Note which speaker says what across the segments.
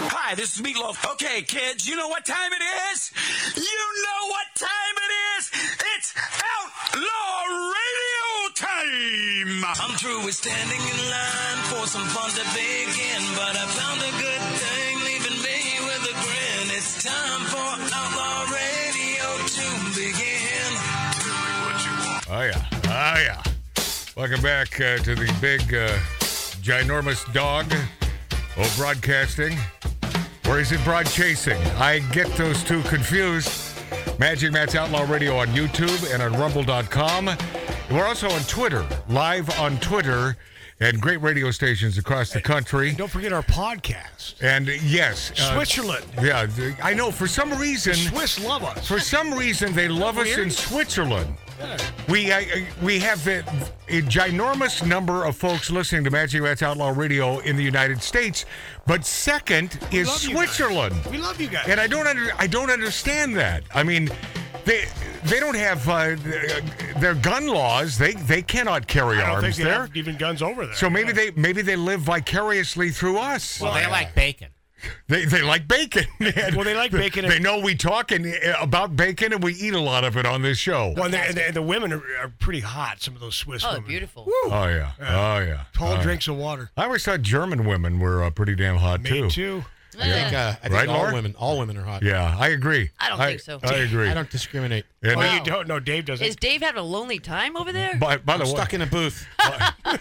Speaker 1: Hi, this is Meatloaf. Okay, kids, you know what time it is? You know what time it is? It's Outlaw Radio time!
Speaker 2: I'm through with standing in line for some fun to begin, but I found a good thing leaving me with a grin. It's time for Outlaw Radio to begin.
Speaker 3: Oh yeah, oh yeah. Welcome back uh, to the big, uh, ginormous dog. Oh, broadcasting, or is it broad chasing? I get those two confused. Magic Matt's Outlaw Radio on YouTube and on Rumble.com. We're also on Twitter, live on Twitter, and great radio stations across the country.
Speaker 4: Don't forget our podcast.
Speaker 3: And yes, uh,
Speaker 4: Switzerland.
Speaker 3: Yeah, th- I know. For some reason,
Speaker 4: Swiss love us.
Speaker 3: for some reason, they love us in Switzerland. We uh, we have a, a ginormous number of folks listening to Magic Rats Outlaw Radio in the United States, but second is
Speaker 4: love you guys.
Speaker 3: Switzerland,
Speaker 4: We love you guys.
Speaker 3: and I don't under, I don't understand that. I mean, they they don't have uh, their gun laws. They they cannot carry
Speaker 4: I don't
Speaker 3: arms
Speaker 4: think they
Speaker 3: there.
Speaker 4: have even guns over there.
Speaker 3: So maybe they maybe they live vicariously through us.
Speaker 5: Well, they like bacon.
Speaker 3: They, they like bacon.
Speaker 4: Well, they like bacon and-
Speaker 3: They know we talk and, eh, about bacon, and we eat a lot of it on this show.
Speaker 4: Well, and, the, and, the, and the women are, are pretty hot. Some of those Swiss
Speaker 5: Oh,
Speaker 4: women.
Speaker 5: beautiful.
Speaker 3: Oh yeah. Oh yeah.
Speaker 4: Tall
Speaker 3: Oh, yeah.
Speaker 4: drinks of water.
Speaker 3: I always thought German women were uh, pretty damn hot
Speaker 4: Me
Speaker 3: too.
Speaker 4: too.
Speaker 6: I think, uh, I think
Speaker 3: Right,
Speaker 6: all
Speaker 3: Laura?
Speaker 6: women, all women are hot.
Speaker 3: Yeah, I agree.
Speaker 5: I don't think so.
Speaker 3: I agree.
Speaker 6: I don't discriminate.
Speaker 3: And,
Speaker 4: Oh,
Speaker 3: uh,
Speaker 4: you don't know. Dave doesn't.
Speaker 5: Is Dave having a lonely time over there?
Speaker 3: by, by the
Speaker 6: I'm
Speaker 3: way,
Speaker 6: stuck in a booth.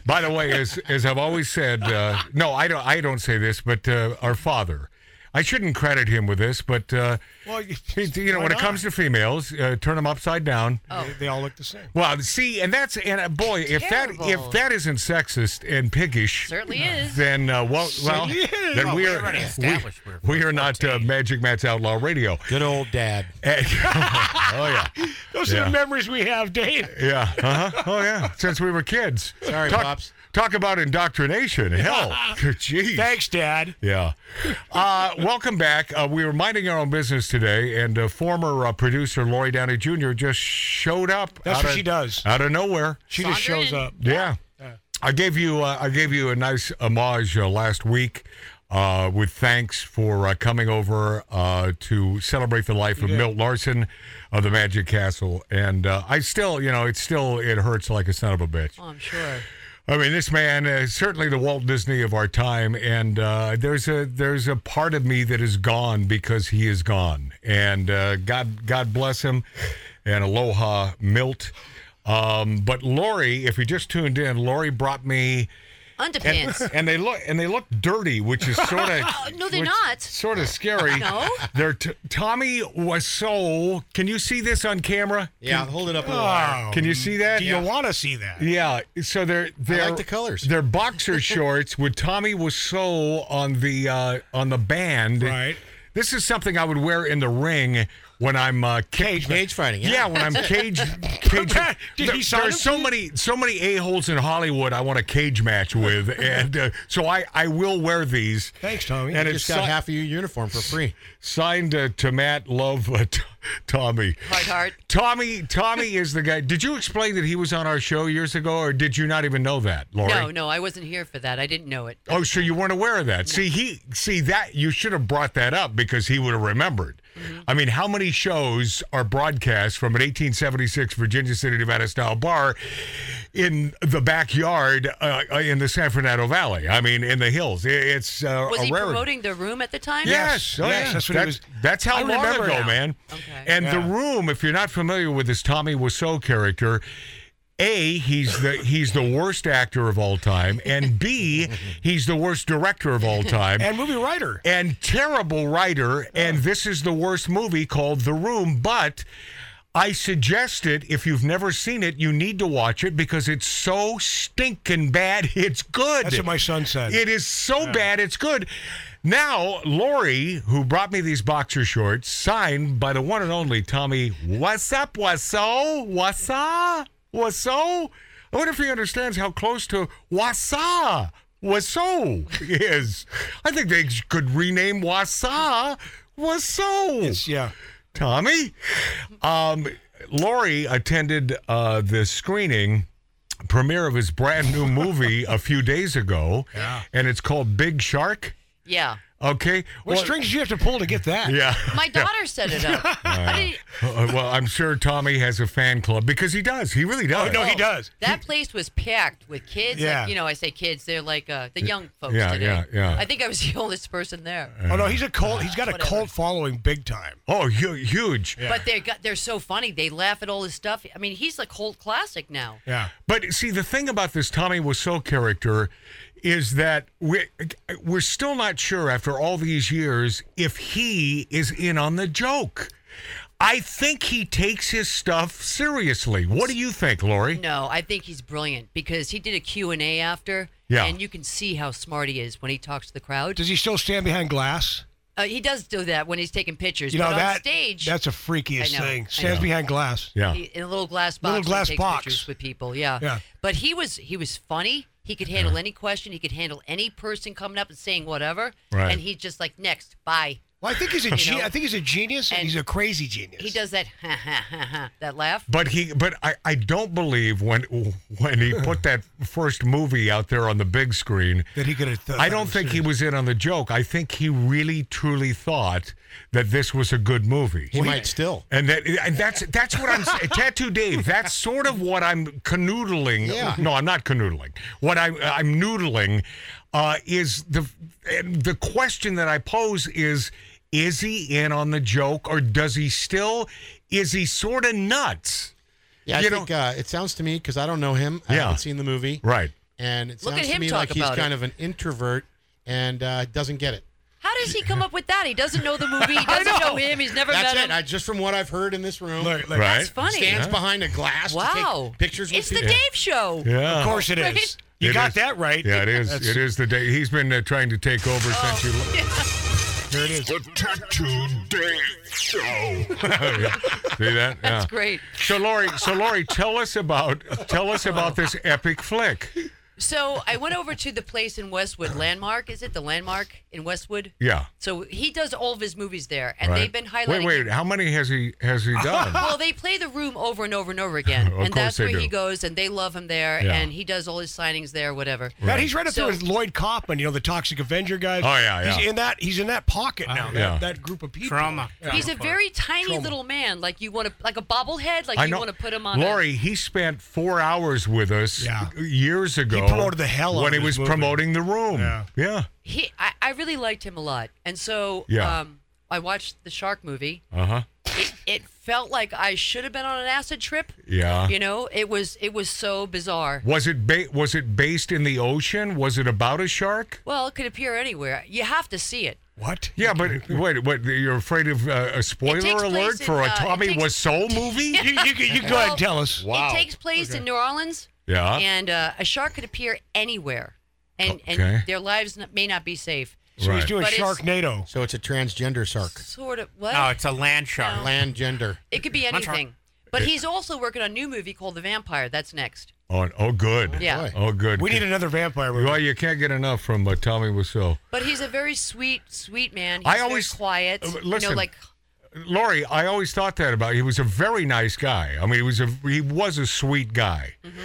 Speaker 3: by the way, as as I've always said, uh, no, I don't. I don't say this, but uh, our father. I shouldn't credit him with this, but uh,
Speaker 4: Well, you,
Speaker 3: he- you know,
Speaker 4: why
Speaker 3: when it
Speaker 4: not?
Speaker 3: comes to females, uh, turn them upside down.
Speaker 4: They, they all look the same.
Speaker 3: Well, see, and that's and uh, boy, if that if
Speaker 5: Terrible.
Speaker 3: that isn't sexist and piggish,
Speaker 5: Certainly is.
Speaker 3: then uh, well, well,
Speaker 4: Certainly is.
Speaker 3: then we are
Speaker 5: already established
Speaker 3: we,
Speaker 5: we're-
Speaker 3: we are not uh, Magic Matt's Outlaw Radio.
Speaker 6: Good old dad.
Speaker 3: And- oh yeah,
Speaker 4: Those are
Speaker 3: Yeah.
Speaker 4: the memories we have, Dave.
Speaker 3: yeah, uh-huh. oh yeah. Since we were kids.
Speaker 6: Sorry,
Speaker 3: talk,
Speaker 6: pops.
Speaker 3: Talk about indoctrination. Hell, jeez.
Speaker 4: Thanks, Dad.
Speaker 3: Yeah. Uh, welcome back. Uh, we were minding our own business today, and uh, former uh, producer Lori Downey Jr. just showed up.
Speaker 4: That's
Speaker 3: out
Speaker 4: what
Speaker 3: of-
Speaker 4: she does.
Speaker 3: Out of nowhere.
Speaker 4: She just
Speaker 5: Saundering.
Speaker 4: shows up.
Speaker 3: Yeah. I gave you uh, I gave you a nice homage uh, last week uh, with thanks for uh, coming over uh, to celebrate the life of Milt Larson of the Magic Castle, and uh, I still, you know, it still it hurts like a son of a bitch.
Speaker 5: Oh, I'm sure.
Speaker 3: I mean, this man is certainly the Walt Disney of our time, and uh, there's a there's a part of me that is gone because he is gone, and uh, God God bless him, and aloha Milt. Um, but Lori, if you just tuned in, Lori brought me, and,
Speaker 5: Underpants.
Speaker 3: and they look and they look dirty, which is sort of
Speaker 5: no, they're not.
Speaker 3: sort of scary.
Speaker 5: No.
Speaker 3: they're t- Tommy Wiseau. Can you see this on camera?
Speaker 6: Yeah, hold it up. A little higher.
Speaker 4: Oh,
Speaker 3: Can you see that?
Speaker 4: do you want to see that?
Speaker 3: Yeah, so they're they're
Speaker 6: like the colors.
Speaker 3: They're boxer shorts with Tommy Wiseau on the uh, on the band.
Speaker 4: Right.
Speaker 3: This is something I would wear in the ring when I'm uh, cage
Speaker 6: Cage fighting.
Speaker 3: Yeah, when I'm cage cage.
Speaker 4: back. Did
Speaker 3: there,
Speaker 4: he sign
Speaker 3: there's
Speaker 4: him?
Speaker 3: so many so many a holes in Hollywood I want a cage match with, and uh, so I I will wear these.
Speaker 4: Thanks, Tommy.
Speaker 3: And
Speaker 6: I
Speaker 3: it's
Speaker 6: just got
Speaker 3: si-
Speaker 6: half of your uniform for free.
Speaker 3: signed uh, to Matt Love uh, t- Tommy.
Speaker 5: Hard heart.
Speaker 3: Tommy, Tommy is the guy. Did you explain that he was on our show years ago, or did you not even know that, Lori?
Speaker 5: No, no, I wasn't here for that. I didn't know it.
Speaker 3: Oh, so you weren't aware of that? See, he see that you should have brought that up because he would have remembered.
Speaker 5: Mm-hmm.
Speaker 3: I mean, how many shows are broadcast from an 1876 Virginia City, Nevada style bar in the backyard uh, in the San Fernando Valley? I mean, in the hills. I- It's uh,
Speaker 5: Was
Speaker 3: a
Speaker 5: he
Speaker 3: rarity.
Speaker 5: promoting the room at the time?
Speaker 3: Yes,
Speaker 4: Yes,
Speaker 3: oh,
Speaker 4: yes,
Speaker 3: yeah.
Speaker 4: that's what he was-
Speaker 3: that's how
Speaker 4: I
Speaker 3: long
Speaker 4: remember
Speaker 3: ago,
Speaker 4: now.
Speaker 3: man.
Speaker 5: Okay.
Speaker 3: And the
Speaker 4: Yeah.
Speaker 3: room, if you're not familiar with this Tommy Wiseau character, a he's the he's the worst actor of all time, and b he's the worst director of all time.
Speaker 4: and movie writer.
Speaker 3: and terrible writer. And this is the worst movie called The Room. But I suggest it if you've never seen it, you need to watch it because it's so stinking bad. It's good.
Speaker 4: That's what my son said.
Speaker 3: It is so bad, it's good. Now, Lori, who brought me these boxer shorts, signed by the one and only Tommy. What's up, Wasso? Wassa? Wasso? I wonder if he understands how close to Wassa Wasso is. I think they could rename Wassa Wasso.
Speaker 4: yeah.
Speaker 3: Tommy. Um, Lori attended uh, the screening premiere of his brand new movie a few days ago,
Speaker 4: Yeah.
Speaker 3: and it's called Big Shark.
Speaker 5: Yeah.
Speaker 3: Okay.
Speaker 4: What
Speaker 3: Well,
Speaker 4: strings do you have to pull to get that?
Speaker 3: Yeah.
Speaker 5: My daughter set it up. I didn't,
Speaker 3: Uh, well, I'm sure Tommy has a fan club because he does. He really does.
Speaker 4: Oh, no, he does.
Speaker 5: that place was packed with kids.
Speaker 4: Yeah.
Speaker 5: Like, you know, I say kids, they're like uh, the young folks
Speaker 3: Yeah,
Speaker 5: today.
Speaker 3: yeah, yeah.
Speaker 5: I think I was the oldest person there.
Speaker 3: Mm.
Speaker 4: Oh no, he's a cult. He's got a
Speaker 5: Whatever.
Speaker 4: cult following, big time.
Speaker 3: Oh, hu- huge.
Speaker 5: But they got they're so funny. They laugh at all this stuff. I mean, he's like cult classic now.
Speaker 4: Yeah.
Speaker 3: But see, the thing about this Tommy Wiseau character is that we're, we're still not sure after all these years if he is in on the joke. I think he takes his stuff seriously. What do you think, Lori?
Speaker 5: No, I think he's brilliant because he did a Q&A after
Speaker 3: Yeah.
Speaker 5: and you can see how smart he is when he talks to the crowd.
Speaker 4: Does he still stand behind glass?
Speaker 5: Uh, he does do that when he's taking pictures,
Speaker 4: You know
Speaker 5: but on
Speaker 4: that
Speaker 5: stage
Speaker 4: That's a
Speaker 5: I
Speaker 4: freakiest
Speaker 5: know,
Speaker 4: thing.
Speaker 5: I
Speaker 4: Stands
Speaker 5: know.
Speaker 4: behind glass.
Speaker 3: Yeah.
Speaker 5: he- in a little glass box
Speaker 4: Little
Speaker 5: he
Speaker 4: glass
Speaker 5: takes
Speaker 4: box.
Speaker 5: pictures with people. Yeah.
Speaker 4: Yeah.
Speaker 5: But he was he was funny. He could handle any question. He could handle any person coming up and saying whatever.
Speaker 3: Right.
Speaker 5: And he's just like, next, bye.
Speaker 4: Well, I think he's a
Speaker 5: You
Speaker 4: ge-
Speaker 5: know?
Speaker 4: I think he's a genius and,
Speaker 5: And
Speaker 4: he's a crazy genius.
Speaker 5: He does that ha ha ha ha that laugh.
Speaker 3: But he, but I, I don't believe when when he put that first movie out there on the big screen
Speaker 4: that he could have. Th-
Speaker 3: I don't think he was in on the joke. I think he really truly thought that this was a good movie.
Speaker 6: He might still.
Speaker 3: And that and that's that's what I'm saying. Tattoo Dave, that's sort of what I'm canoodling.
Speaker 6: Yeah.
Speaker 3: No, I'm not canoodling. What I'm I'm noodling uh, is the and the question that I pose is is he in on the joke or does he still is he sort of nuts?
Speaker 6: Yeah, I
Speaker 3: You know-
Speaker 6: think uh, it sounds to me because I don't know him. I
Speaker 3: Yeah.
Speaker 6: haven't seen the movie,
Speaker 3: Right.
Speaker 6: and it
Speaker 5: Look at
Speaker 6: sounds to
Speaker 5: him
Speaker 6: me
Speaker 5: talk
Speaker 6: like he's
Speaker 5: about it.
Speaker 6: kind of an introvert and uh, doesn't get it.
Speaker 5: How does he come up with that? He doesn't know the movie. He doesn't know. him. He's never
Speaker 6: That's
Speaker 5: met
Speaker 6: it.
Speaker 5: him.
Speaker 6: I, just from what I've heard in this room,
Speaker 4: Look, look,
Speaker 3: Right.
Speaker 5: That's funny.
Speaker 6: stands behind a glass. to
Speaker 5: Wow.
Speaker 6: take pictures.
Speaker 5: It's
Speaker 6: with
Speaker 5: the
Speaker 6: people.
Speaker 5: Dave Show.
Speaker 3: Yeah.
Speaker 4: Of course it is.
Speaker 5: Right?
Speaker 4: You
Speaker 3: It
Speaker 4: got
Speaker 3: is-
Speaker 4: that right.
Speaker 3: Yeah, it is.
Speaker 4: That's-
Speaker 3: it is the day. He's been uh, trying to take over since you.
Speaker 4: There it is.
Speaker 1: The Tattoo Dave Show.
Speaker 3: See that? yeah.
Speaker 5: That's great.
Speaker 3: So Lori, so Lori, tell us about tell us about this epic flick.
Speaker 5: So I went over to the place in Westwood, Landmark. Is it the Landmark in Westwood?
Speaker 3: Yeah.
Speaker 5: So he does all of his movies there, and
Speaker 3: right?
Speaker 5: they've been highlighting.
Speaker 3: Wait, wait. How many has he has he done?
Speaker 5: Well, they play the room over and over and over again,
Speaker 3: Of
Speaker 5: and
Speaker 3: course
Speaker 5: that's
Speaker 3: they
Speaker 5: where he
Speaker 3: do.
Speaker 5: goes, and they love him there,
Speaker 3: Yeah.
Speaker 5: and he does all his signings there, whatever.
Speaker 4: Matt, he's right up
Speaker 5: So-
Speaker 4: there with Lloyd Kaufman, you know, the Toxic Avenger guys.
Speaker 3: Oh, yeah,
Speaker 4: He's
Speaker 3: yeah. Ah,
Speaker 4: in that. He's in that pocket now. that,
Speaker 3: yeah.
Speaker 4: that group of people.
Speaker 7: Trauma.
Speaker 5: He's a very tiny
Speaker 4: Trauma.
Speaker 5: little man, like you want to, like a bobblehead, like
Speaker 3: I
Speaker 5: you
Speaker 3: know.
Speaker 5: want to put him on. a-
Speaker 3: Lori, he spent four hours with us
Speaker 4: Yeah.
Speaker 3: years ago.
Speaker 4: promoted the hell out
Speaker 3: when
Speaker 4: of
Speaker 3: he was
Speaker 4: his movie.
Speaker 3: promoting the room.
Speaker 4: Yeah.
Speaker 3: yeah.
Speaker 5: he, I, I really liked him a lot, and so
Speaker 3: Yeah.
Speaker 5: um, I watched the Shark movie.
Speaker 3: Uh
Speaker 4: Uh-huh.
Speaker 3: huh.
Speaker 5: It, it felt like I should have been on an acid trip.
Speaker 3: Yeah.
Speaker 5: You know, it was it was so bizarre.
Speaker 3: Was it ba- was it based in the ocean? Was it about a shark?
Speaker 5: Well, it could appear anywhere. You have to see it.
Speaker 4: What?
Speaker 3: Yeah, but wait, what? You're afraid of uh, a spoiler
Speaker 5: takes
Speaker 3: alert
Speaker 5: place
Speaker 3: for
Speaker 5: in,
Speaker 3: a
Speaker 5: uh, it
Speaker 3: Tommy
Speaker 5: takes-
Speaker 3: Wiseau movie?
Speaker 4: You, you, can- you can go ahead and tell us.
Speaker 5: It takes place in New Orleans,
Speaker 3: yeah.
Speaker 5: and uh, a shark could appear anywhere, and
Speaker 3: Okay.
Speaker 5: and their lives n- may not be safe.
Speaker 4: So he's
Speaker 3: Right.
Speaker 4: doing
Speaker 5: But it's-
Speaker 4: Sharknado.
Speaker 6: So it's a transgender shark,
Speaker 5: Sort of what?
Speaker 7: No, Oh, it's a land shark.
Speaker 6: land gender.
Speaker 5: it could be anything. But he's also working on a new movie called The Vampire. That's next.
Speaker 3: Oh, oh, good.
Speaker 5: Yeah.
Speaker 6: Boy.
Speaker 3: Oh, good.
Speaker 4: We need another vampire movie.
Speaker 3: Well, you can't get enough from uh, Tommy Wiseau.
Speaker 5: But he's a very sweet, sweet man. He's
Speaker 3: I
Speaker 5: very
Speaker 3: always-
Speaker 5: quiet.
Speaker 3: Uh,
Speaker 5: you
Speaker 3: listen.
Speaker 5: know, like
Speaker 3: Lori, I always thought that about. He was a very nice guy. I mean, he was a he was a sweet guy.
Speaker 5: Mm-hmm.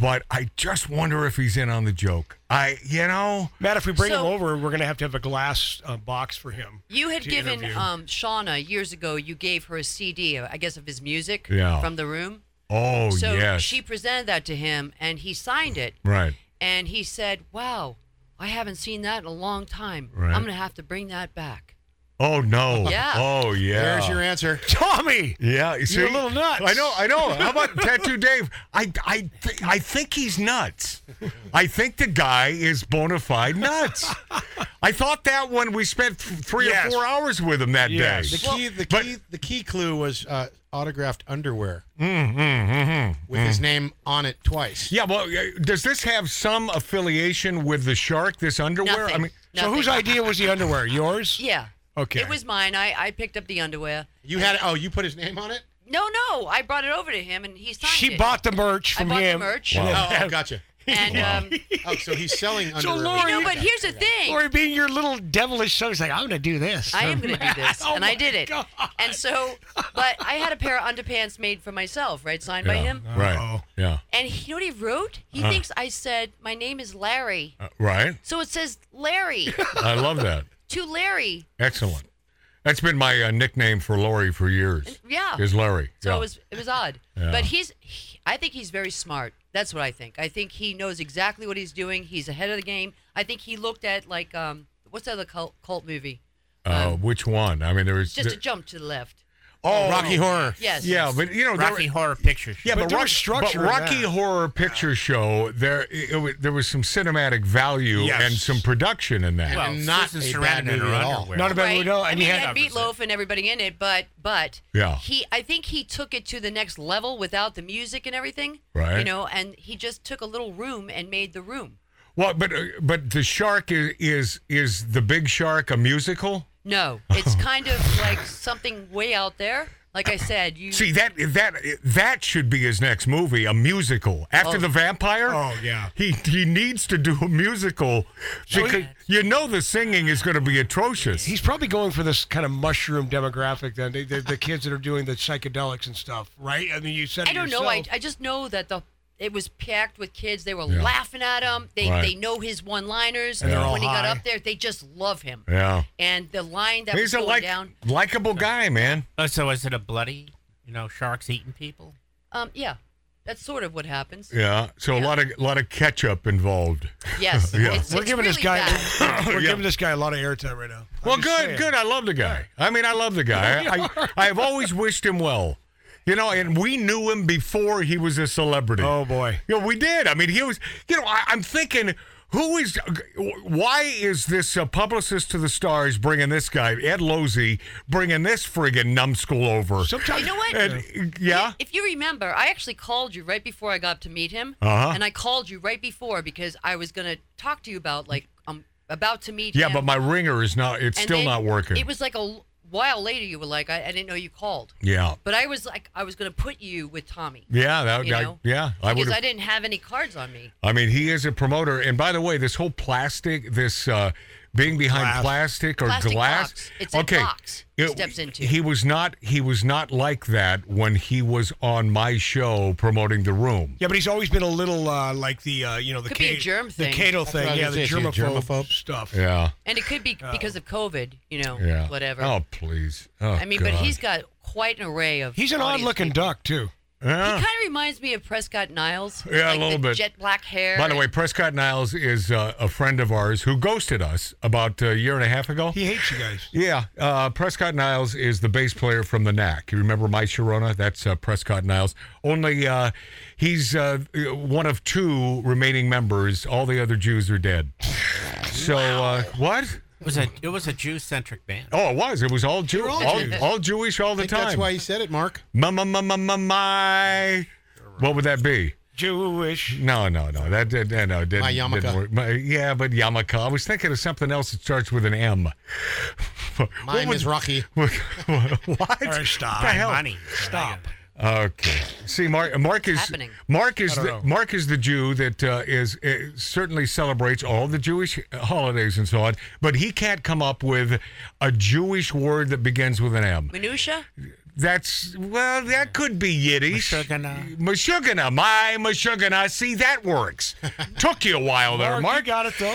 Speaker 3: But I just wonder if he's in on the joke. I, you know,
Speaker 4: Matt, if we bring him
Speaker 5: So-
Speaker 4: over, we're going to have to have a glass uh, box for him.
Speaker 5: you had
Speaker 4: to
Speaker 5: given
Speaker 4: interview.
Speaker 5: um, Shauna years ago. You gave her a CD, I guess, of his music
Speaker 3: Yeah.
Speaker 5: from the room.
Speaker 3: oh
Speaker 5: so
Speaker 3: yes,
Speaker 5: she presented that to him, and he signed it.
Speaker 3: right.
Speaker 5: and he said, "Wow, I haven't seen that in a long time.
Speaker 3: Right.
Speaker 5: I'm gonna have to bring that back."
Speaker 3: Oh no.
Speaker 5: Yeah.
Speaker 3: Oh yeah.
Speaker 6: There's your answer.
Speaker 4: Tommy!
Speaker 3: yeah. You see?
Speaker 4: You're a little nuts.
Speaker 3: I know. I know. How about Tattoo Dave? I, I, th- I think he's nuts. I think the guy is bona fide nuts. I thought that when we spent th- three or
Speaker 4: Yes.
Speaker 3: four hours with him that
Speaker 4: Yes.
Speaker 3: day.
Speaker 6: The key, the
Speaker 3: but-
Speaker 6: key, the key clue was uh, autographed underwear
Speaker 3: Mm,
Speaker 6: with his name on it twice.
Speaker 3: Yeah, well, uh, does this have some affiliation with the shark? This underwear?
Speaker 5: Nothing.
Speaker 3: I mean,
Speaker 4: So whose
Speaker 5: Nothing.
Speaker 4: idea was the underwear? Yours?
Speaker 5: Yeah.
Speaker 4: Okay.
Speaker 5: It was mine. I I picked up the underwear.
Speaker 6: You had oh, you put his name on it.
Speaker 5: No, no, I brought it over to him, and he signed it.
Speaker 4: She bought the merch
Speaker 5: I
Speaker 4: from
Speaker 5: bought
Speaker 4: him.
Speaker 5: the merch,
Speaker 6: Oh, oh, gotcha.
Speaker 5: and um,
Speaker 6: Oh, so he's selling
Speaker 4: So
Speaker 6: underwear.
Speaker 4: Lori-
Speaker 5: no. But here's the thing.
Speaker 4: Or being your little devilish son, he's like, I'm going to do this.
Speaker 5: I am going to do this,
Speaker 4: Oh
Speaker 5: and I
Speaker 4: my
Speaker 5: did it.
Speaker 4: God.
Speaker 5: And so, but I had a pair of underpants made for myself, right, signed by him.
Speaker 3: right?
Speaker 4: Uh-oh.
Speaker 3: Yeah,
Speaker 5: And he, you know what he wrote? He thinks I said my name is Larry,
Speaker 3: Uh, right.
Speaker 5: so it says Larry.
Speaker 3: I love that.
Speaker 5: to Larry.
Speaker 3: Excellent. That's been my uh, nickname for Lori for years.
Speaker 5: Yeah.
Speaker 3: Is Larry.
Speaker 5: So
Speaker 3: yeah.
Speaker 5: it was it was odd. But he's he, I think he's very smart. That's what I think. I think he knows exactly what he's doing. He's ahead of the game. I think he looked at like um what's that other cult, cult movie?
Speaker 3: uh, which one? I mean, there was.
Speaker 5: Just a jump to the left.
Speaker 3: oh,
Speaker 6: Rocky Horror.
Speaker 5: Yes.
Speaker 3: Yeah, but you know, there-
Speaker 7: Rocky Horror Picture Show.
Speaker 3: Yeah,
Speaker 4: But
Speaker 3: but,
Speaker 4: there was
Speaker 3: Rocky,
Speaker 4: structure
Speaker 3: but
Speaker 4: in
Speaker 3: Rocky
Speaker 4: that.
Speaker 3: Horror Picture Show, there it, wa- there was some cinematic value
Speaker 7: Yes.
Speaker 3: and some production in that.
Speaker 7: Well,
Speaker 6: and not
Speaker 7: Susan Sarandon
Speaker 6: a bad
Speaker 7: in her
Speaker 6: movie at all.
Speaker 7: underwear.
Speaker 4: Not a bad
Speaker 5: Right.
Speaker 4: window,
Speaker 5: I
Speaker 4: and
Speaker 5: mean,
Speaker 4: he
Speaker 5: it
Speaker 4: had
Speaker 5: had meatloaf and everybody in it, but but
Speaker 3: Yeah.
Speaker 5: he I think he took it to the next level without the music and everything.
Speaker 3: Right.
Speaker 5: You know, and he just took a little room and made the room.
Speaker 3: well, but uh, but the shark is is is the Big Shark a musical?
Speaker 5: No, it's kind of like something way out there. Like I said, you
Speaker 3: See that that that should be his next movie, a musical. After
Speaker 5: Oh.
Speaker 3: the vampire,
Speaker 7: Oh, yeah.
Speaker 3: he he needs to do a musical because you know the singing is going to be atrocious.
Speaker 4: He's probably going for this kind of mushroom demographic. Then the, the, the kids that are doing the psychedelics and stuff, right? I mean, you said
Speaker 5: I
Speaker 4: it
Speaker 5: don't know. I,
Speaker 4: yourself.
Speaker 5: I just know that the it was packed with kids. They were laughing at him. They
Speaker 3: Right.
Speaker 5: they know his one liners.
Speaker 4: they're all
Speaker 5: when he got
Speaker 4: high.
Speaker 5: up there, they just love him.
Speaker 3: yeah,
Speaker 5: And the line that was
Speaker 3: he's a
Speaker 5: going
Speaker 3: like
Speaker 5: down.
Speaker 3: likable guy, man.
Speaker 7: Uh, so is it a bloody, you know, sharks eating people?
Speaker 5: Um, yeah, that's sort of what happens.
Speaker 3: Yeah, so a lot of lot of ketchup involved.
Speaker 5: Yes,
Speaker 3: Yeah.
Speaker 5: it's,
Speaker 4: we're
Speaker 5: it's
Speaker 4: giving this
Speaker 5: really
Speaker 4: guy
Speaker 5: bad.
Speaker 4: we're
Speaker 3: Yeah.
Speaker 4: giving this guy a lot of airtime right now. I'm
Speaker 3: Well,
Speaker 4: just
Speaker 3: good,
Speaker 4: saying.
Speaker 3: good. I love the guy. I mean, I love the guy. I, I, I have always wished him well. You know, and we knew him before he was a celebrity.
Speaker 4: Oh boy.
Speaker 3: You know, we did. I mean, he was, you know, I, I'm thinking, who is, why is this uh, publicist to the stars bringing this guy, Ed Losey, bringing this friggin' numbskull over?
Speaker 4: Sometimes
Speaker 5: You know what?
Speaker 3: And, yeah.
Speaker 5: If you remember, I actually called you right before I got up to meet him,
Speaker 3: Uh-huh.
Speaker 5: and I called you right before because I was gonna talk to you about like I'm about to meet.
Speaker 3: Yeah,
Speaker 5: him.
Speaker 3: but my ringer is not, it's
Speaker 5: And
Speaker 3: still
Speaker 5: then
Speaker 3: not working.
Speaker 5: It was like a l- while later. You were like, I, I didn't know you called.
Speaker 3: yeah.
Speaker 5: But I was like, I was going to put you with Tommy.
Speaker 3: Yeah, that,
Speaker 5: You
Speaker 3: I-
Speaker 5: know?
Speaker 3: yeah. I would
Speaker 5: because I didn't have any cards on me.
Speaker 3: I mean, he is a promoter. And by the way, this whole plastic, this uh, being behind plastic or
Speaker 5: Plastic
Speaker 3: glass,
Speaker 5: box. It's a box he steps into.
Speaker 3: He was not. He was not like that when he was on my show promoting the room.
Speaker 4: Yeah, but he's always been a little uh, like the uh, you know the
Speaker 5: Could be a
Speaker 4: Ca-
Speaker 5: germ thing.
Speaker 4: the Cato
Speaker 6: what I
Speaker 4: thing,
Speaker 6: was
Speaker 4: yeah, the
Speaker 6: gonna
Speaker 4: germaphobe,
Speaker 6: say, she's a germaphobe.
Speaker 4: stuff.
Speaker 3: Yeah,
Speaker 5: And it could be
Speaker 4: Oh.
Speaker 5: because of COVID, you know,
Speaker 3: yeah.
Speaker 5: whatever.
Speaker 3: Oh please. Oh,
Speaker 5: I mean, but
Speaker 3: God.
Speaker 5: he's got quite an array of.
Speaker 4: He's an
Speaker 5: audience
Speaker 4: odd-looking
Speaker 5: people.
Speaker 4: duck too.
Speaker 5: He
Speaker 3: Yeah.
Speaker 5: kind of reminds me of Prescott Niles.
Speaker 3: Yeah, a
Speaker 5: like the
Speaker 3: little bit.
Speaker 5: Jet black hair.
Speaker 3: By the way, Prescott Niles is uh, a friend of ours who ghosted us about uh, a year and a half ago.
Speaker 4: He hates you guys.
Speaker 3: Yeah, uh, Prescott Niles is the bass player from the Knack. You remember My Sharona? That's uh, Prescott Niles. Only uh, he's uh, one of two remaining members. All the other Jews are dead. So uh, what?
Speaker 7: It was a it was a Jew centric band.
Speaker 3: Oh, it was. It was all Jew,
Speaker 6: all
Speaker 3: all,
Speaker 6: Jews.
Speaker 3: all Jewish all the
Speaker 6: I think that's
Speaker 3: time.
Speaker 6: why he said it, Mark.
Speaker 3: my, my, my, my, my, my. What would that be?
Speaker 4: Jewish.
Speaker 3: No, no, no. That did, no, no, it didn't,
Speaker 6: My yarmulke.
Speaker 3: didn't work. My- yeah, but yarmulke. I was thinking of something else that starts with an M. What
Speaker 6: Mine
Speaker 3: would-
Speaker 6: is Rocky.
Speaker 3: what? What
Speaker 4: right, stop.
Speaker 3: the hell?
Speaker 7: Money. Stop.
Speaker 3: Okay. See, Mark. Mark is
Speaker 5: happening?
Speaker 3: Mark is
Speaker 4: don't
Speaker 3: the,
Speaker 4: know.
Speaker 3: Mark is the Jew that uh, is uh, certainly celebrates all the Jewish holidays and so on, but he can't come up with a Jewish word that begins with an M.
Speaker 5: Minutia?
Speaker 3: That's well, that could be Yiddish.
Speaker 7: Mashugana.
Speaker 3: Mashugana. My mashugana. See, that works. Took you a while there,
Speaker 4: Mark, you
Speaker 3: Mark.
Speaker 4: got it though.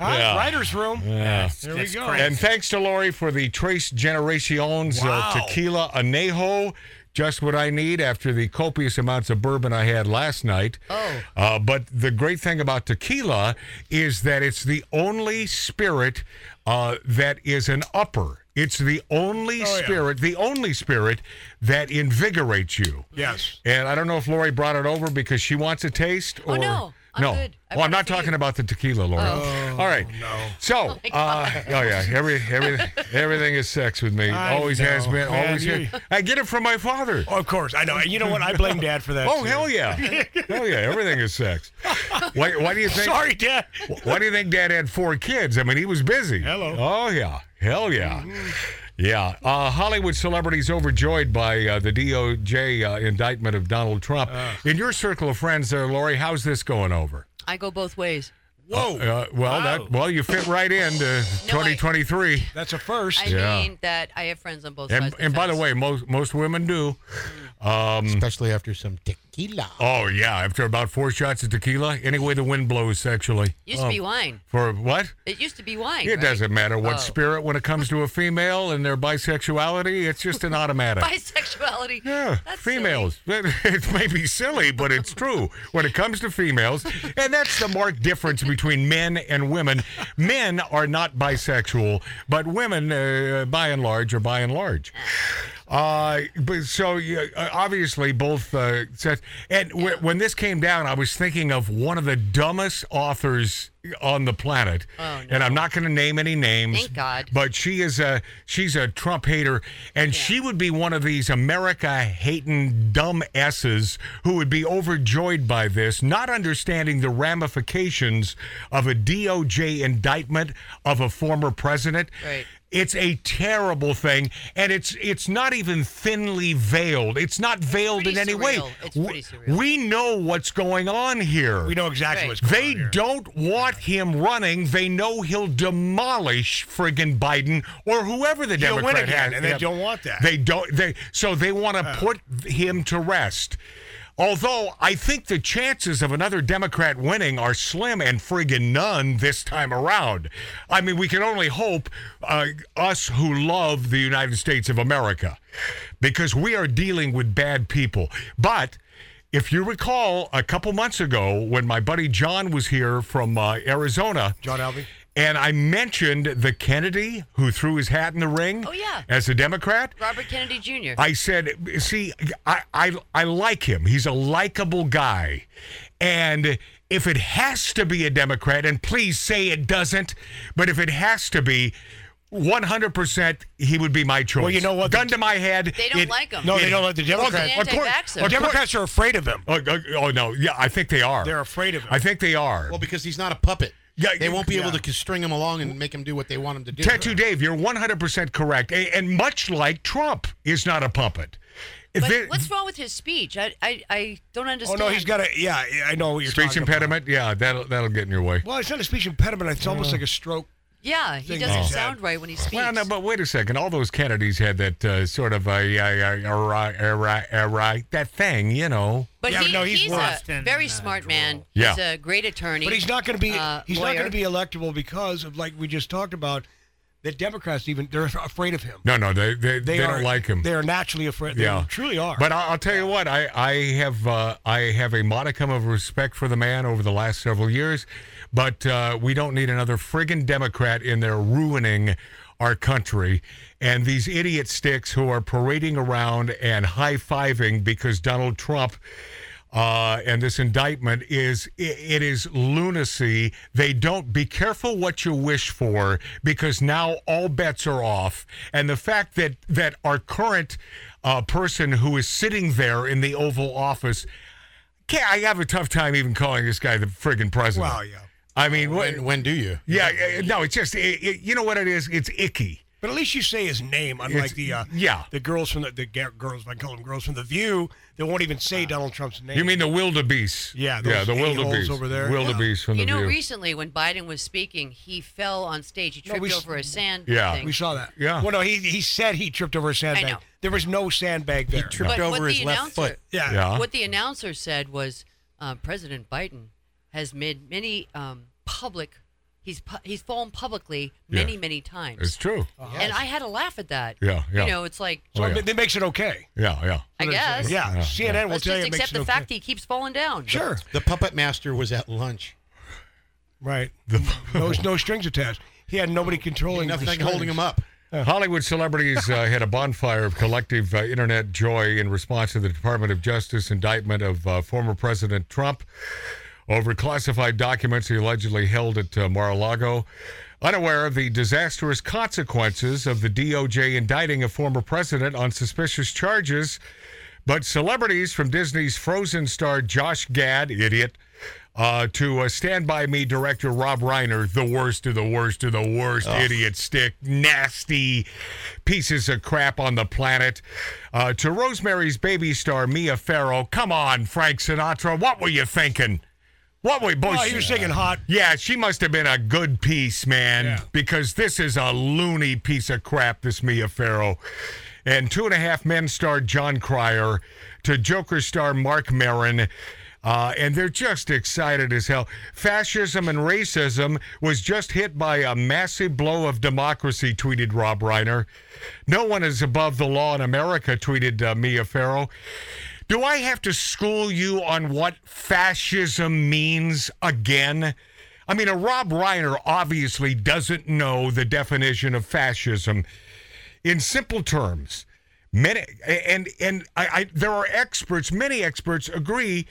Speaker 4: All right,
Speaker 3: Yeah.
Speaker 4: writer's room.
Speaker 3: Yeah.
Speaker 4: There we
Speaker 7: That's
Speaker 4: go.
Speaker 7: crazy.
Speaker 3: And thanks to Lori for the Trace Generations
Speaker 4: Wow.
Speaker 3: uh, Tequila Anejo. Just what I need after the copious amounts of bourbon I had last night.
Speaker 5: Oh.
Speaker 3: Uh, but the great thing about tequila is that it's the only spirit uh, that is an upper. It's the only spirit, the only spirit that invigorates you.
Speaker 4: Yes.
Speaker 3: And I don't know if Lori brought it over because she wants a taste or.
Speaker 5: Oh, no. I'm
Speaker 3: no.
Speaker 5: good. I
Speaker 3: Well, I'm
Speaker 5: brought it
Speaker 3: not
Speaker 5: for you. Oh.
Speaker 3: talking about the tequila, Lori. All right.
Speaker 4: Oh,
Speaker 3: No. So, uh, oh, yeah. Every, every, everything is sex with me.
Speaker 4: I
Speaker 3: always
Speaker 4: know.
Speaker 3: has been.
Speaker 4: Man,
Speaker 3: always
Speaker 4: you-
Speaker 3: has. I get it from my father.
Speaker 4: Oh, of course. I know. You know what? I blame Dad for that.
Speaker 3: Oh,
Speaker 4: too.
Speaker 3: hell yeah. hell yeah. Everything is sex. Why, why do you think.
Speaker 4: Sorry, Dad.
Speaker 3: Why do you think Dad had four kids? I mean, he was busy.
Speaker 4: Hello.
Speaker 3: Oh yeah. Hell yeah.
Speaker 5: Mm-hmm.
Speaker 3: Yeah. Uh, Hollywood celebrities overjoyed by uh, the DOJ uh, indictment of Donald Trump.
Speaker 5: Uh.
Speaker 3: In your circle of friends, there, Lori, how's this going over?
Speaker 5: I go both ways. Oh.
Speaker 4: Whoa.
Speaker 3: Uh, well, that well, you fit right into 2023.
Speaker 4: That's a first.
Speaker 5: I
Speaker 3: Yeah.
Speaker 5: mean that I have friends on both
Speaker 3: and
Speaker 5: sides. of
Speaker 3: and by the
Speaker 5: fence.
Speaker 3: way, most most women do.
Speaker 6: Especially after some dick tequila.
Speaker 3: Mm. Oh yeah, after about four shots of tequila, any way the wind blows, actually.
Speaker 5: Used to
Speaker 3: Oh,
Speaker 5: be wine.
Speaker 3: For what?
Speaker 5: It used to be wine.
Speaker 3: It
Speaker 5: right?
Speaker 3: doesn't matter what
Speaker 5: Oh.
Speaker 3: spirit when it comes to a female and their bisexuality. It's just an automatic.
Speaker 5: Bisexuality.
Speaker 3: Yeah,
Speaker 5: That's silly.
Speaker 3: females. It may be silly, but it's true when it comes to females. And that's the marked difference between men and women. Men are not bisexual, but women, uh, by and large, are by and large. Uh, but so yeah, uh, obviously both uh, sets. And w- when this came down, I was thinking of one of the dumbest authors on the planet, and I'm not going to name any names.
Speaker 5: Oh, Thank God.
Speaker 3: But she is a she's a Trump hater, and she would be one of these America hating dumb S's who would be overjoyed by this, not understanding the ramifications of a DOJ indictment of a former president.
Speaker 5: Right.
Speaker 3: It's a terrible thing, and it's it's not even thinly veiled. It's not veiled in
Speaker 5: pretty
Speaker 3: any way.
Speaker 5: surreal. It's
Speaker 3: W-
Speaker 5: pretty surreal.
Speaker 3: We know what's going on here.
Speaker 4: We know exactly what's going on
Speaker 3: They
Speaker 4: here.
Speaker 3: don't want him running. They know he'll demolish friggin' Biden or whoever the
Speaker 4: He'll win
Speaker 3: Democrat
Speaker 4: again,
Speaker 3: has.
Speaker 4: and they
Speaker 3: Yeah.
Speaker 4: don't want that.
Speaker 3: They don't. They so they want to put him to rest. Although I think the chances of another Democrat winning are slim and friggin' none this time around. I mean, we can only hope uh, us who love the United States of America, because we are dealing with bad people. But if you recall, a couple months ago, when my buddy John was here from uh, Arizona,
Speaker 4: John Alvey.
Speaker 3: and I mentioned the Kennedy who threw his hat in the ring
Speaker 5: Oh, yeah.
Speaker 3: as a Democrat,
Speaker 5: Robert Kennedy Jr.
Speaker 3: I said, see, I, I, I like him. He's a likable guy. And if it has to be a Democrat, and please say it doesn't, but if it has to be, 100% he would be my choice.
Speaker 4: Well, you know what?
Speaker 3: Gun to my head.
Speaker 5: They don't
Speaker 3: it-
Speaker 5: like him.
Speaker 4: No,
Speaker 3: it-
Speaker 4: they don't like the Democrats.
Speaker 5: He's an
Speaker 3: Of course-
Speaker 5: anti-vaxxer.
Speaker 3: of course-
Speaker 4: Democrats are afraid of him.
Speaker 3: Oh, oh, oh, no! Yeah, I think they are.
Speaker 4: They're afraid of him.
Speaker 3: I think they are.
Speaker 6: Well, because he's not a puppet.
Speaker 3: Yeah,
Speaker 6: they won't be
Speaker 3: yeah.
Speaker 6: able to string him along and make him do what they want him to do.
Speaker 3: Tattoo Dave, you're 100% correct. A- And much like Trump is not a puppet.
Speaker 5: but
Speaker 3: There-
Speaker 5: what's wrong with his speech? I, I, I don't
Speaker 4: Oh
Speaker 5: understand.
Speaker 4: no, he's got a yeah. yeah, I know what you're
Speaker 3: speech
Speaker 4: talking
Speaker 3: impediment? Yeah, that'll, that'll get in your way.
Speaker 4: About. Well, it's not a speech impediment. It's almost like a stroke.
Speaker 5: Yeah, he
Speaker 4: Thing
Speaker 5: doesn't
Speaker 4: is-
Speaker 5: sound right when he speaks.
Speaker 3: Well, no, but wait a second. All those Kennedys had that uh, sort of, uh, yeah, yeah, yeah, right, yeah, right, yeah, right, that thing, you know.
Speaker 5: But
Speaker 4: Yeah,
Speaker 5: he,
Speaker 4: no, he's
Speaker 5: he's,
Speaker 4: worse
Speaker 5: a
Speaker 7: than,
Speaker 5: very
Speaker 7: uh,
Speaker 5: smart
Speaker 7: Droll.
Speaker 5: man.
Speaker 3: Yeah.
Speaker 5: He's a great attorney.
Speaker 4: But he's not going to be.
Speaker 5: uh,
Speaker 4: he's not
Speaker 5: lawyer.
Speaker 4: going to be electable because of like we just talked about. The Democrats even they're afraid of him.
Speaker 3: No, no, they they, they,
Speaker 4: are-
Speaker 3: don't like him.
Speaker 4: They are naturally afraid. They truly are.
Speaker 3: But I'll, I'll tell you what, I I have uh, I have a modicum of respect for the man over the last several years, but uh, we don't need another friggin' Democrat in there ruining our country and these idiot sticks who are parading around and high fiving because Donald Trump. Uh, and this indictment is i it is lunacy. They don't be careful what you wish for because now all bets are off. And the fact that that our current uh, person who is sitting there in the Oval Office, can't, I have a tough time even calling this guy the friggin' president.
Speaker 4: Wow, yeah.
Speaker 3: I mean, what,
Speaker 6: When, when do you?
Speaker 3: yeah, uh, no, it's just it, it, you know what it is. It's icky.
Speaker 4: But at least you say his name, unlike
Speaker 3: It's-
Speaker 4: the uh,
Speaker 3: yeah.
Speaker 4: the girls from the, the ga- girls. I call them girls from the View. They won't even say Donald Trump's name.
Speaker 3: You mean the wildebeest?
Speaker 4: Yeah,
Speaker 3: yeah,
Speaker 4: those
Speaker 3: the
Speaker 4: a-holes
Speaker 3: wildebeest
Speaker 4: over there.
Speaker 3: Wildebeest from
Speaker 5: You
Speaker 3: the
Speaker 5: know,
Speaker 3: view.
Speaker 5: recently when Biden was speaking, he fell on stage. He
Speaker 4: No,
Speaker 5: tripped
Speaker 4: we s-
Speaker 5: over a sand
Speaker 3: Yeah.
Speaker 5: thing.
Speaker 4: we saw that?
Speaker 3: Yeah.
Speaker 4: Well, no, he he said he tripped over a sandbag.
Speaker 5: know.
Speaker 4: There was no sandbag there.
Speaker 6: Tripped
Speaker 5: But what
Speaker 6: over
Speaker 5: the
Speaker 6: his left
Speaker 5: announcer-
Speaker 6: foot.
Speaker 4: yeah.
Speaker 3: yeah.
Speaker 5: What the announcer said was uh, President Biden has made many um, public. He's pu- he's fallen publicly many
Speaker 3: Yeah.
Speaker 5: many times,
Speaker 3: it's true.
Speaker 5: and I had a laugh at that.
Speaker 3: Yeah, yeah.
Speaker 5: You know, it's like
Speaker 4: So
Speaker 3: Oh,
Speaker 4: it
Speaker 3: yeah.
Speaker 4: ma- that makes it okay.
Speaker 3: Yeah, yeah.
Speaker 5: I guess.
Speaker 4: Yeah.
Speaker 3: Yeah,
Speaker 4: CNN will
Speaker 5: Let's
Speaker 4: tell you
Speaker 5: just
Speaker 4: it makes
Speaker 5: accept
Speaker 4: it
Speaker 5: the
Speaker 4: okay.
Speaker 5: fact that he keeps falling down.
Speaker 4: Sure.
Speaker 6: The puppet master was at lunch.
Speaker 4: Right. no, no strings attached. He had nobody controlling. the
Speaker 6: Nothing
Speaker 4: strings.
Speaker 6: holding him up.
Speaker 3: Hollywood celebrities uh, had a bonfire of collective uh, internet joy in response to the Department of Justice indictment of uh, former President Trump over classified documents he allegedly held at uh, Mar-a-Lago. Unaware of the disastrous consequences of the DOJ indicting a former president on suspicious charges, but celebrities from Disney's Frozen star Josh Gad, idiot, uh, to uh, Stand By Me director Rob Reiner, the worst of the worst of the worst idiot stick, nasty pieces of crap on the planet, uh, to Rosemary's Baby star Mia Farrow. Come on, Frank Sinatra, what were you thinking? What were you?
Speaker 4: Oh, he was thinking hot.
Speaker 3: Yeah, she must have been a good piece, man,
Speaker 4: Yeah.
Speaker 3: because this is a loony piece of crap, this Mia Farrow. and Two and a Half Men star John Cryer to Joker star Mark Maron. Uh, and they're just excited as hell. Fascism and racism was just hit by a massive blow of democracy, tweeted Rob Reiner. No one is above the law in America, tweeted uh, Mia Farrow. Do I have to school you on what fascism means again? I mean, a Rob Reiner obviously doesn't know the definition of fascism. In simple terms, many and and I, I there are experts, many experts agree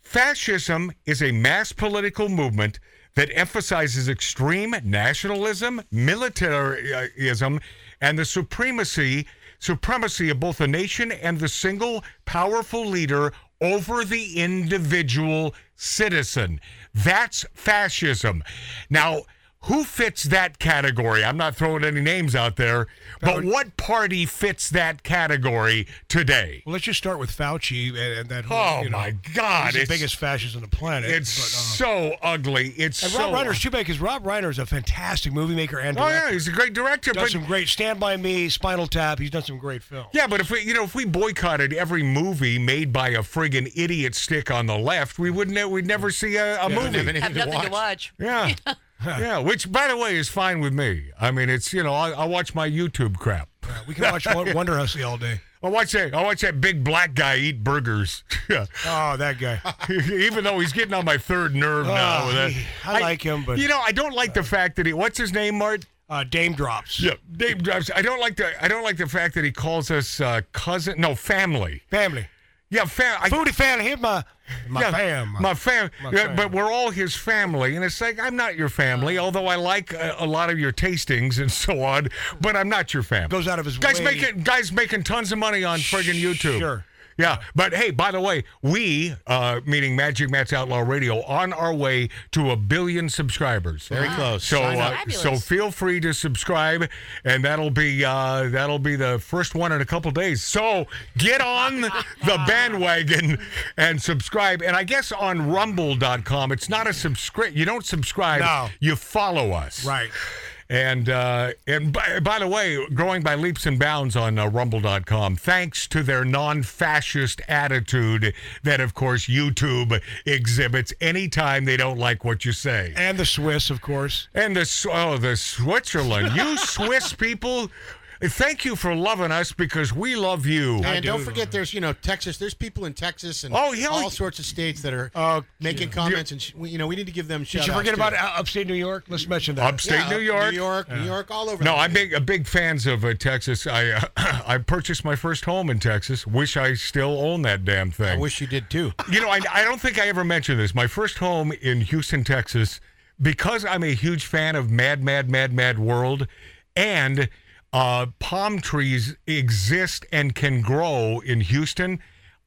Speaker 3: Fascism is a mass political movement that emphasizes extreme nationalism, militarism, and the supremacy supremacy of both the nation and the single powerful leader over the individual citizen. That's fascism. Now, who fits that category? I'm not throwing any names out there, but what party fits that category today?
Speaker 4: Well, let's just start with Fauci and, and that. Whole,
Speaker 3: Oh,
Speaker 4: you know,
Speaker 3: my God,
Speaker 4: he's
Speaker 3: it's-
Speaker 4: the biggest fascist on the planet.
Speaker 3: It's
Speaker 4: but, uh,
Speaker 3: so ugly. It's
Speaker 4: and
Speaker 3: so
Speaker 4: Rob Reiner's too bad because Rob Reiner is a fantastic movie maker and
Speaker 3: Oh
Speaker 4: director.
Speaker 3: yeah, he's a great director.
Speaker 4: Done
Speaker 3: But
Speaker 4: some great Stand by Me, Spinal Tap. He's done some great films.
Speaker 3: yeah, but if we, you know, if we boycotted every movie made by a friggin' idiot stick on the left, we wouldn't. ne- We'd never see a, a
Speaker 6: Have
Speaker 3: movie.
Speaker 6: anything
Speaker 5: have nothing to watch.
Speaker 3: Yeah, yeah. Which, by the way, is fine with me. I mean, it's you know, I, I watch my YouTube crap.
Speaker 4: Uh, We can watch Won- Wonder Hussy all day.
Speaker 3: I watch that. I watch that big black guy eat burgers.
Speaker 4: Oh, that guy.
Speaker 3: Even though he's getting on my third nerve now.
Speaker 4: Oh,
Speaker 3: with that.
Speaker 4: he- I like him, but-
Speaker 3: you know, I don't like the fact that he. What's his name, Mart?
Speaker 4: Uh, Dame drops.
Speaker 3: Yeah, Dave Jobs. I don't like the I don't like the fact that he calls us uh, cousin. No, family.
Speaker 4: Family.
Speaker 3: Yeah, fam. I,
Speaker 4: Booty family. Hit my my
Speaker 3: yeah,
Speaker 4: fam.
Speaker 3: My fam.
Speaker 4: My
Speaker 3: yeah,
Speaker 4: fam. Uh.
Speaker 3: But we're all his family, and it's like I'm not your family. although I like uh, a, a lot of your tastings and so on, but I'm not your family.
Speaker 4: Goes out of his
Speaker 3: guys
Speaker 4: way.
Speaker 3: making guys making tons of money on friggin' YouTube.
Speaker 4: Sure.
Speaker 3: Yeah, but hey, by the way, we, uh, meaning Magic Matt's Outlaw Radio, on our way to a billion subscribers.
Speaker 6: Very close.
Speaker 3: So,
Speaker 6: Sign up.
Speaker 3: uh,
Speaker 5: Fabulous.
Speaker 3: so feel free to subscribe, and that'll be uh, that'll be the first one in a couple days. So get on the bandwagon and subscribe. And I guess on Rumble.com, it's not a subscribe. You don't subscribe.
Speaker 4: No.
Speaker 3: You follow us.
Speaker 4: Right.
Speaker 3: And uh, and by, by the way, growing by leaps and bounds on uh, Rumble.com, thanks to their non-fascist attitude that, of course, YouTube exhibits anytime they don't like what you say.
Speaker 4: And the Swiss, of course.
Speaker 3: And the Sw- oh, the Switzerland, you Swiss people, thank you for loving us because we love you.
Speaker 6: And don't forget, there's you know Texas. There's people in Texas and
Speaker 3: Oh, hell-
Speaker 6: all sorts of states that are
Speaker 4: Oh,
Speaker 6: making comments, and sh- we, you know we need to give them.
Speaker 4: Did
Speaker 6: Shout
Speaker 4: you forget about uh, upstate New York? Let's mention that.
Speaker 3: Upstate New York.
Speaker 6: New York, New York, all over.
Speaker 3: No,
Speaker 6: the
Speaker 3: I'm
Speaker 6: place.
Speaker 3: big, a big fans of uh, Texas. I uh, I purchased my first home in Texas. Wish I still own that damn thing.
Speaker 6: I wish you did too.
Speaker 3: you know, I, I don't think I ever mentioned this. My first home in Houston, Texas, because I'm a huge fan of Mad, Mad, Mad, Mad World, and uh, palm trees exist and can grow in Houston.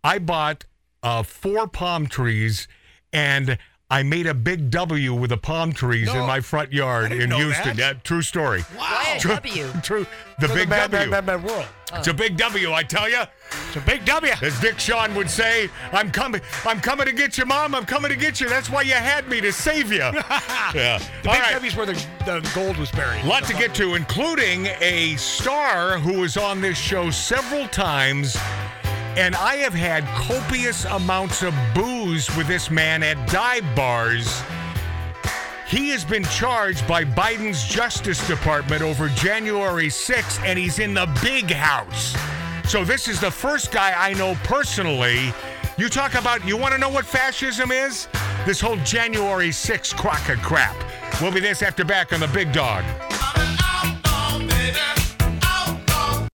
Speaker 3: I bought uh, four palm trees and I made a big W with the palm trees in my front yard in
Speaker 4: know
Speaker 3: Houston.
Speaker 4: that.
Speaker 3: Yeah, true story.
Speaker 5: Why a
Speaker 3: True,
Speaker 5: W?
Speaker 3: true. The
Speaker 4: For
Speaker 3: big
Speaker 4: bad,
Speaker 3: W.
Speaker 4: bad, bad, bad world.
Speaker 3: It's a big W, I tell you.
Speaker 4: It's a big W.
Speaker 3: As Dick Shawn would say, I'm coming, I'm coming to get you, Mom. I'm coming to get you. That's why you had me to save you. yeah.
Speaker 4: The
Speaker 3: All
Speaker 4: big
Speaker 3: right.
Speaker 4: W's where the, the gold was buried.
Speaker 3: Lot to get to, including a star who was on this show several times, and I have had copious amounts of booze with this man at dive bars. He has been charged by Biden's Justice Department over January 6th, and he's in the big house. So, this is the first guy I know personally. You talk about, you want to know what fascism is? This whole January 6th crock of crap. We'll be this after back on the big dog.